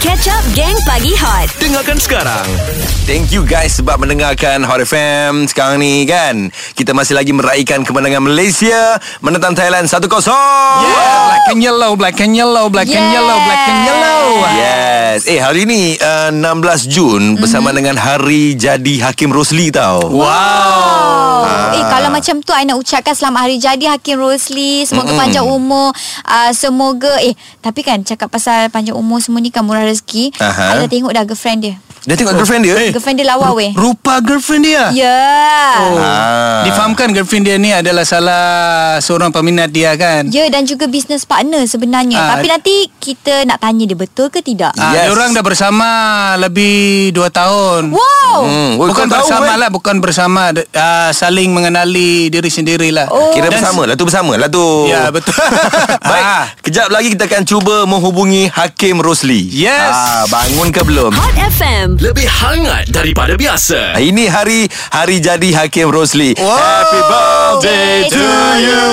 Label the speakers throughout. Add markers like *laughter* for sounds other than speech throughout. Speaker 1: Catch Up Gang Pagi Hot
Speaker 2: Dengarkan sekarang Thank you guys Sebab mendengarkan Hot FM Sekarang ni kan Kita masih lagi meraihkan Kemenangan Malaysia Menentang Thailand 1-0 yeah.
Speaker 3: Black and yellow, black and yellow, black and yellow, black and yellow.
Speaker 2: Yes Eh hari ni uh, 16 Jun Bersama
Speaker 3: Mm-hmm.
Speaker 2: dengan Hari Jadi Hakim Rosli tau
Speaker 4: Oh.
Speaker 2: Ah.
Speaker 4: Eh kalau macam tu I nak ucapkan selamat hari jadi Hakim Rosli. Semoga mm panjang umur. Uh, semoga eh tapi kan cakap pasal panjang umur semua ni kan murah rezeki.
Speaker 2: Aha.
Speaker 4: I dah tengok dah girlfriend dia.
Speaker 2: Dia tengok girlfriend
Speaker 3: Eh.
Speaker 2: dia
Speaker 4: Girlfriend dia lawa weh.
Speaker 3: Rupa girlfriend
Speaker 4: Ya.
Speaker 3: dia.
Speaker 4: Yeah.
Speaker 3: Oh.
Speaker 2: Ah.
Speaker 3: Difahamkan girlfriend dia ni adalah salah seorang peminat dia kan.
Speaker 4: Ya dan juga business partner sebenarnya.
Speaker 3: Ah.
Speaker 4: Tapi nanti kita nak tanya dia betul ke tidak.
Speaker 3: Ah,
Speaker 2: Yes.
Speaker 3: yes. Diorang dah bersama lebih 2 tahun.
Speaker 4: Wow.
Speaker 2: Hmm, weh,
Speaker 3: Bukan
Speaker 2: kau tahu,
Speaker 3: bersama
Speaker 2: weh.
Speaker 3: lah, bukan bersama. D- ah, saling mengenali diri sendirilah.
Speaker 4: Oh.
Speaker 2: Kira
Speaker 3: Dan-
Speaker 2: bersama lah tu bersama lah tu
Speaker 3: Ya, betul.
Speaker 2: *laughs* Baik
Speaker 3: Ah.
Speaker 2: Kejap lagi kita akan cuba Menghubungi Hakim Rosli
Speaker 3: Yes.
Speaker 2: ah, Bangun ke belum?
Speaker 1: Hot FM
Speaker 5: Lebih hangat daripada biasa.
Speaker 2: Ah, Ini hari Hari jadi Hakim Rosli
Speaker 3: Wow.
Speaker 2: Happy birthday
Speaker 4: Birthday
Speaker 2: to
Speaker 4: to
Speaker 2: you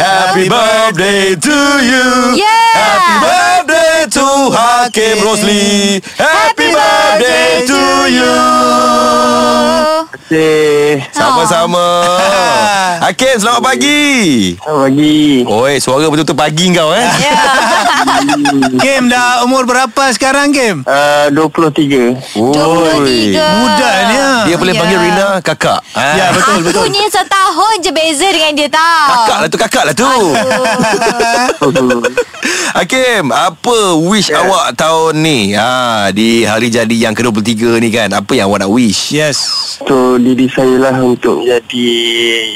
Speaker 2: Happy birthday to you
Speaker 4: Yeah.
Speaker 2: Happy birthday to Hakim Rosli Happy birthday to you
Speaker 4: Oh.
Speaker 6: Terima kasih.
Speaker 2: Sama-sama Hakim selamat pagi
Speaker 6: Selamat pagi.
Speaker 2: Oi suara betul-betul pagi kau eh
Speaker 3: Game dah umur berapa sekarang game?
Speaker 6: Uh, 23.
Speaker 2: Oi.
Speaker 4: 23.
Speaker 3: Mudanya.
Speaker 2: Dia boleh
Speaker 4: Ya.
Speaker 2: panggil Rina kakak Ah.
Speaker 3: Ya, betul,
Speaker 4: Aku
Speaker 3: betul.
Speaker 4: ni setahun je beza dengan dia tau.
Speaker 2: Kakak lah tu kakak lah tu
Speaker 4: *laughs*
Speaker 2: Hakim Apa wish yeah. awak tahun ni ha, Di hari jadi yang ke-23 ni kan Apa yang awak nak wish
Speaker 3: Yes.
Speaker 6: So, diri saya lah untuk jadi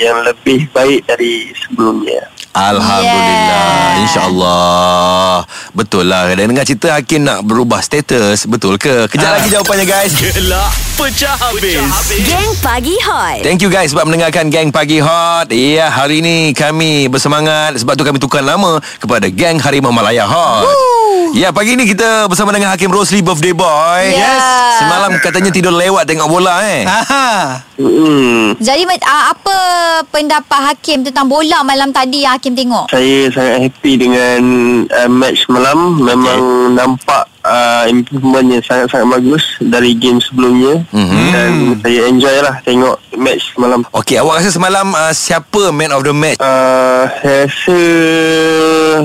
Speaker 6: yang lebih baik dari sebelumnya.
Speaker 2: Alhamdulillah yeah.
Speaker 4: Yeah.
Speaker 2: InsyaAllah Betul lah Dan dengan cerita Hakim nak berubah status Betul ke Kejap lagi jawapannya guys
Speaker 5: Gelak pecah habis.
Speaker 1: Gang Pagi Hot
Speaker 2: Thank you guys sebab mendengarkan Gang Pagi Hot. Ya, hari ini kami bersemangat sebab tu kami tukar nama kepada Gang Harimau Malaya Hot. Ya, pagi ni kita bersama dengan Hakim Rosli Birthday Boy.
Speaker 4: Ya. Yes.
Speaker 2: Semalam katanya tidur lewat tengok bola eh.
Speaker 3: Aha.
Speaker 6: Hmm.
Speaker 4: Jadi uh, apa pendapat hakim tentang bola malam tadi yang hakim
Speaker 2: Eh.
Speaker 4: tengok?
Speaker 6: Saya sangat happy dengan uh, match malam. Memang nampak uh, improvement yang sangat-sangat bagus dari game sebelumnya. Mm-hmm. Dan saya enjoy lah tengok match malam.
Speaker 2: Okey, awak rasa semalam uh, siapa man of the match?
Speaker 6: Uh, saya rasa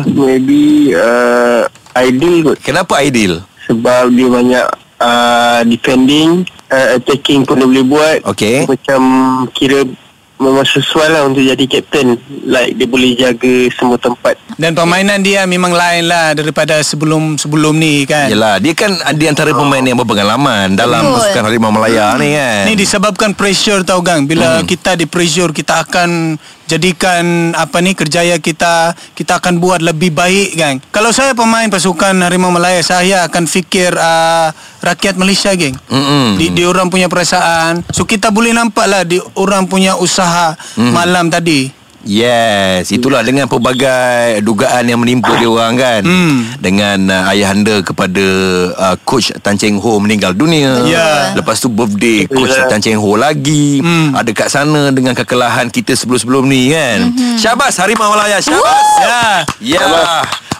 Speaker 6: maybe uh, ideal kot.
Speaker 2: Kenapa Aidil?
Speaker 6: sebab dia banyak uh, defending uh, attacking pun dia boleh buat
Speaker 2: Okey.
Speaker 6: macam kira memang sesuai lah untuk jadi captain like dia boleh jaga semua tempat
Speaker 3: Dan permainan dia memang lain lah daripada sebelum-sebelum ni kan.
Speaker 2: Yelah, dia kan di antara pemain yang berpengalaman dalam
Speaker 4: Betul.
Speaker 2: pasukan Harimau Malaya ni kan.
Speaker 3: Ni disebabkan pressure tau gang Bila hmm. kita di pressure Kita akan jadikan apa ni kerjaya kita Kita akan buat lebih baik gang Kalau saya pemain pasukan Harimau Malaya Saya akan fikir uh, rakyat Malaysia gang
Speaker 2: Mm-mm.
Speaker 3: di, di orang punya perasaan So kita boleh nampak lah Di orang punya usaha malam tadi
Speaker 2: Yes, itulah dengan pelbagai dugaan yang menimpa dia orang kan.
Speaker 3: Hmm.
Speaker 2: Dengan uh, ayahanda kepada uh, coach Tan Cheng Ho meninggal dunia.
Speaker 3: Ya.
Speaker 2: Lepas tu birthday coach
Speaker 6: Ya.
Speaker 2: Tan Cheng Ho lagi.
Speaker 3: Hmm.
Speaker 2: Ada kat sana dengan kekelahan kita sebelum-sebelum ni kan.
Speaker 3: Hmm.
Speaker 2: Mm-hmm. Syabas Harimau Malaya. Syabas. Ya. Ya.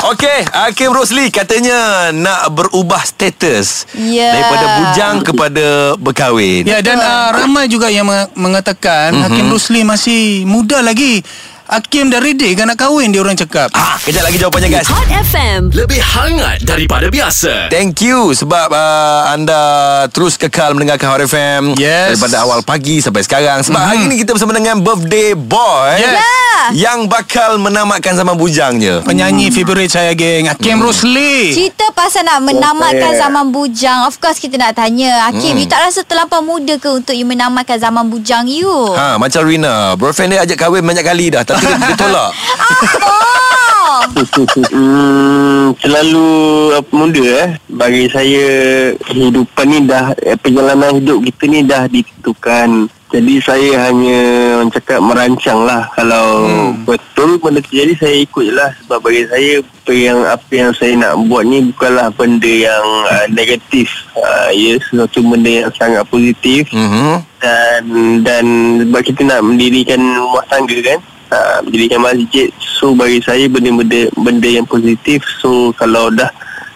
Speaker 2: Okey, Hakim Rosli katanya nak berubah status
Speaker 4: Ya.
Speaker 2: daripada bujang kepada berkahwin.
Speaker 3: Ya dan uh, ramai juga yang meng- mengatakan Hakim Rusli masih muda lagi Hakim dah ready kan nak kahwin Dia orang cakap
Speaker 2: Ah, kejap lagi jawapannya guys.
Speaker 1: Hot FM
Speaker 5: Lebih hangat daripada biasa.
Speaker 2: Thank you sebab uh, anda terus kekal mendengarkan Hot FM
Speaker 3: Yes.
Speaker 2: daripada awal pagi sampai sekarang. Sebab mm-hmm. hari ini kita bersama dengan birthday boy
Speaker 3: Yes.
Speaker 2: yang bakal menamatkan zaman bujangnya.
Speaker 3: Penyanyi favorite saya geng Hakim
Speaker 2: Mm.
Speaker 3: Rosli
Speaker 4: Cerita pasal nak menamatkan zaman bujang Of course kita nak tanya
Speaker 2: Hmm.
Speaker 4: Hakim You tak rasa terlampau muda ke Untuk you menamatkan zaman bujang you?
Speaker 2: Ha macam Rina, boyfriend dia ajak kahwin banyak kali dah tapi dia, dia tolak.
Speaker 4: Oh
Speaker 6: hmm, selalu apa, muda eh bagi saya kehidupan ni dah eh, perjalanan hidup kita ni dah ditentukan jadi saya hanya orang cakap merancang lah kalau hmm. betul benda terjadi saya ikut je lah sebab bagi saya apa yang apa yang saya nak buat ni bukanlah benda yang uh, negatif uh, ya sesuatu benda yang sangat positif
Speaker 2: Mhm.
Speaker 6: dan dan sebab kita nak mendirikan rumah tangga kan uh, mendirikan masjid so bagi saya benda-benda benda yang positif so kalau dah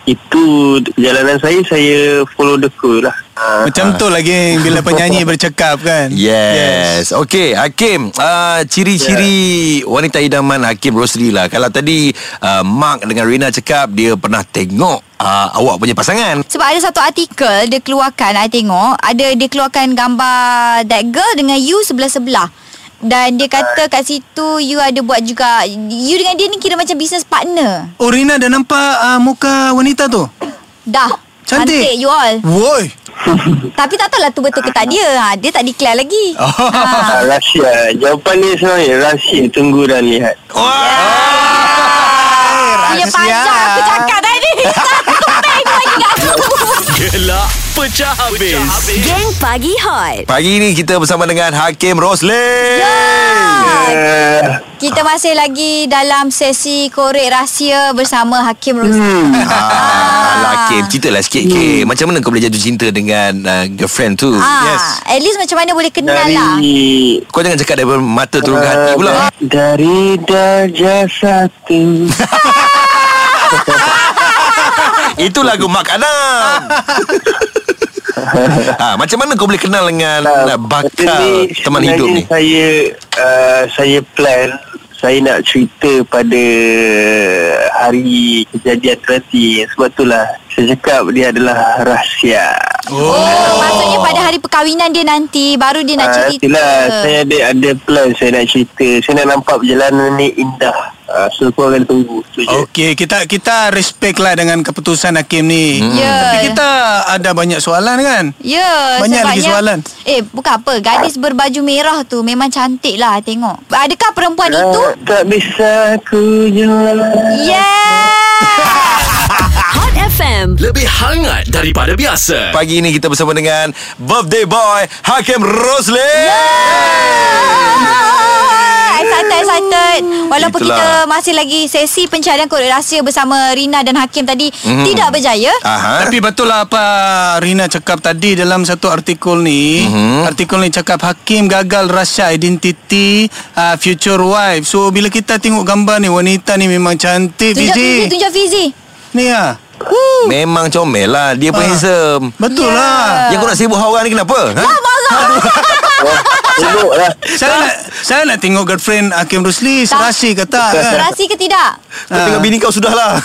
Speaker 6: itu perjalanan saya saya follow the flow lah. Ah,
Speaker 3: Macam tu lagi bila penyanyi bercakap kan.
Speaker 2: Yes. yes. Okey, Hakim, uh, ciri-ciri yeah. wanita idaman Hakim Rosli lah. Kalau tadi uh, Mark dengan Rina cakap dia pernah tengok uh, awak punya pasangan.
Speaker 4: Sebab ada satu artikel dia keluarkan I tengok ada dia keluarkan gambar that girl dengan you sebelah-sebelah. Dan dia kata kat situ you ada buat juga you dengan dia ni kira macam business partner.
Speaker 3: Oh Rina dah nampak uh, muka wanita tu?
Speaker 4: Dah.
Speaker 3: Cantik.
Speaker 4: Cantik you all.
Speaker 3: Woi.
Speaker 4: Tapi tak tahulah tu betul ke tak dia. Ha, dia tak declare lagi. Oh.
Speaker 6: Ah, rahsia. Jawapan dia sebenarnya rahsia tunggu dan lihat.
Speaker 4: *laughs* Punya
Speaker 3: rahsia.
Speaker 4: Ha, panjang aku cakap tadi. Tengok lagi kat aku.
Speaker 5: Gelak pecah habis.
Speaker 1: Gang Pagi Hot.
Speaker 2: Pagi ni kita bersama dengan Hakim Rosli.
Speaker 4: Ya.
Speaker 6: Uh,
Speaker 4: *laughs* Kita masih lagi dalam sesi korek rahsia bersama Hakim Rosli.
Speaker 2: Ah, lah Kim, ceritalah sikit Kim.
Speaker 3: Hmm.
Speaker 2: Macam mana kau boleh jatuh cinta dengan uh, girlfriend tu?
Speaker 4: Ah, yes. At least macam mana boleh kenal lah.
Speaker 6: Ah, dari
Speaker 2: Kau jangan cakap daripada mata turun ke hati pula.
Speaker 6: Ah, Dari darjah satu
Speaker 2: Itu lagu Mark Adam. ha, macam mana kau boleh kenal dengan uh,
Speaker 6: Benda
Speaker 2: bakal teman
Speaker 6: sebenarnya
Speaker 2: hidup ni?
Speaker 6: Saya uh, saya plan saya nak cerita pada hari kejadian nanti. Sebab itulah saya cakap dia adalah rahsia.
Speaker 4: Oh. Maksudnya pada hari perkahwinan dia nanti baru dia nak
Speaker 6: Ah,
Speaker 4: cerita.
Speaker 6: itulah, saya ada ada plan saya nak cerita. Saya nak nampak perjalanan ni indah. Uh, so kau akan tunggu. So, je.
Speaker 2: Oh.
Speaker 3: Okey, kita kita respect lah dengan keputusan hakim ni.
Speaker 4: Ya.
Speaker 3: Tapi kita ada banyak soalan kan?
Speaker 4: Ya
Speaker 3: Banyak lagi soalan.
Speaker 4: Eh bukan apa Gadis berbaju merah tu Memang cantik lah Tengok Adakah perempuan itu
Speaker 6: Tak, Ah, tak bisa ku
Speaker 2: *laughs*
Speaker 6: jual.
Speaker 4: Yeah
Speaker 1: Hot FM.
Speaker 5: Lebih hangat daripada biasa.
Speaker 2: Pagi ni kita bersama dengan Birthday Boy Hakim Rosli.
Speaker 4: Ah, Excited excited Walaupun
Speaker 2: Itulah.
Speaker 4: Itulah. kita Masih lagi sesi Pencarian korek rahsia Bersama Rina dan Hakim tadi mm-hmm. Tidak berjaya
Speaker 2: Aha.
Speaker 3: Tapi betul lah apa Rina cakap tadi dalam satu artikel ni. Mm-hmm. Artikel ni cakap hakim gagal rahsia identiti uh, future wife. So bila kita tengok gambar ni wanita ni memang cantik
Speaker 4: Tunjuk Fizi
Speaker 3: Fizi.
Speaker 4: Tunjuk Fizi
Speaker 3: Ni ah.
Speaker 2: Memang comel lah. Dia pun
Speaker 3: Ah.
Speaker 2: handsome. Ah,
Speaker 3: Betul
Speaker 4: Ya.
Speaker 3: lah.
Speaker 2: Yang kau nak sibuk orang ni kenapa? Ha?
Speaker 4: Ah,
Speaker 3: *laughs*
Speaker 6: Tengok lah.
Speaker 3: Saya nak, saya nak tengok girlfriend Hakim Rusli
Speaker 4: Tak.
Speaker 3: serasi ke tak kan?
Speaker 4: Rahsia ke tidak
Speaker 2: Kau
Speaker 3: Ah.
Speaker 2: tengok bini kau
Speaker 3: *laughs*
Speaker 2: sudahlah.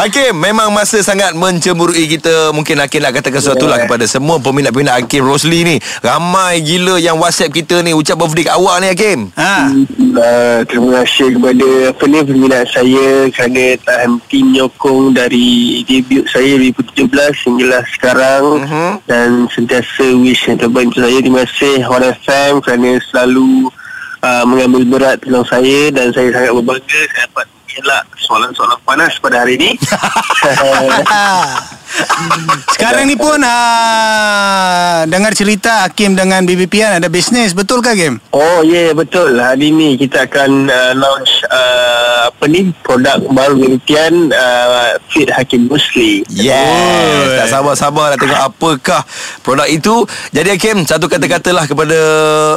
Speaker 2: Hakim, memang masa sangat mencemburui kita. Mungkin Hakim nak katakan sesuatu lah
Speaker 6: Yeah.
Speaker 2: kepada semua peminat-peminat Hakim Rosli ni. Ramai gila yang WhatsApp kita ni. Ucap birthday kat awak ni, Hakim.
Speaker 3: Ha.
Speaker 6: Uh, terima kasih kepada apa ni peminat saya kerana tahan tim nyokong dari debut saya 2017 hinggalah lah sekarang uh-huh. dan sentiasa wish yang terbaik untuk saya. Terima kasih Hot FM kerana selalu uh, mengambil berat tentang saya dan saya sangat berbangga saya dapat mengelak soalan-soalan panas pada hari ini. *laughs*
Speaker 3: Ha. Sekarang ni pun ah, dengar cerita Hakim dengan Bibi Pian kan, ada bisnes, betul ke Hakim?
Speaker 6: Oh ya yeah, betul Hari ni kita akan uh, launch uh, Apa ni Produk baru penelitian uh, Fit Hakim Musli
Speaker 2: Yes Tak sabar-sabar nak tengok apakah produk itu Jadi Hakim Satu kata-katalah kepada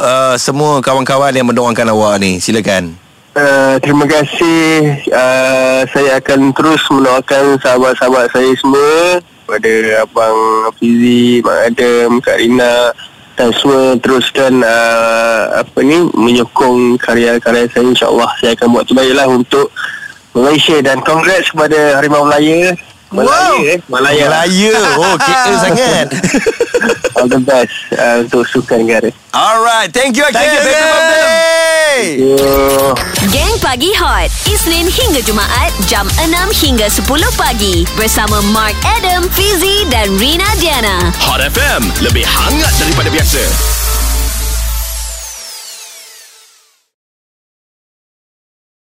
Speaker 2: uh, Semua kawan-kawan yang mendoakan awak ni Silakan
Speaker 6: Uh, terima kasih uh, Saya akan terus mendoakan sahabat-sahabat saya semua Kepada Abang Fizi, Mak Adam, Kak Rina Dan semua teruskan uh, Apa ni Menyokong karya-karya saya InsyaAllah saya akan buat terbaik lah untuk Malaysia Dan congrats kepada Harimau Melaya Malaya
Speaker 3: Wow.
Speaker 6: eh Malaya
Speaker 3: Ya.
Speaker 2: Melaya Oh
Speaker 3: *laughs*
Speaker 2: kita sangat
Speaker 6: All the best uh, Untuk sukan negara
Speaker 2: Alright Thank you Hakim
Speaker 3: Thank you,
Speaker 2: Happy
Speaker 3: Hakim.
Speaker 2: birthday
Speaker 6: Yo.
Speaker 1: Gang Pagi Hot. Isnin hingga Jumaat jam 6 hingga 10 pagi bersama Mark Adam, Fizi dan Rina Diana.
Speaker 5: Hot FM. Lebih hangat daripada biasa.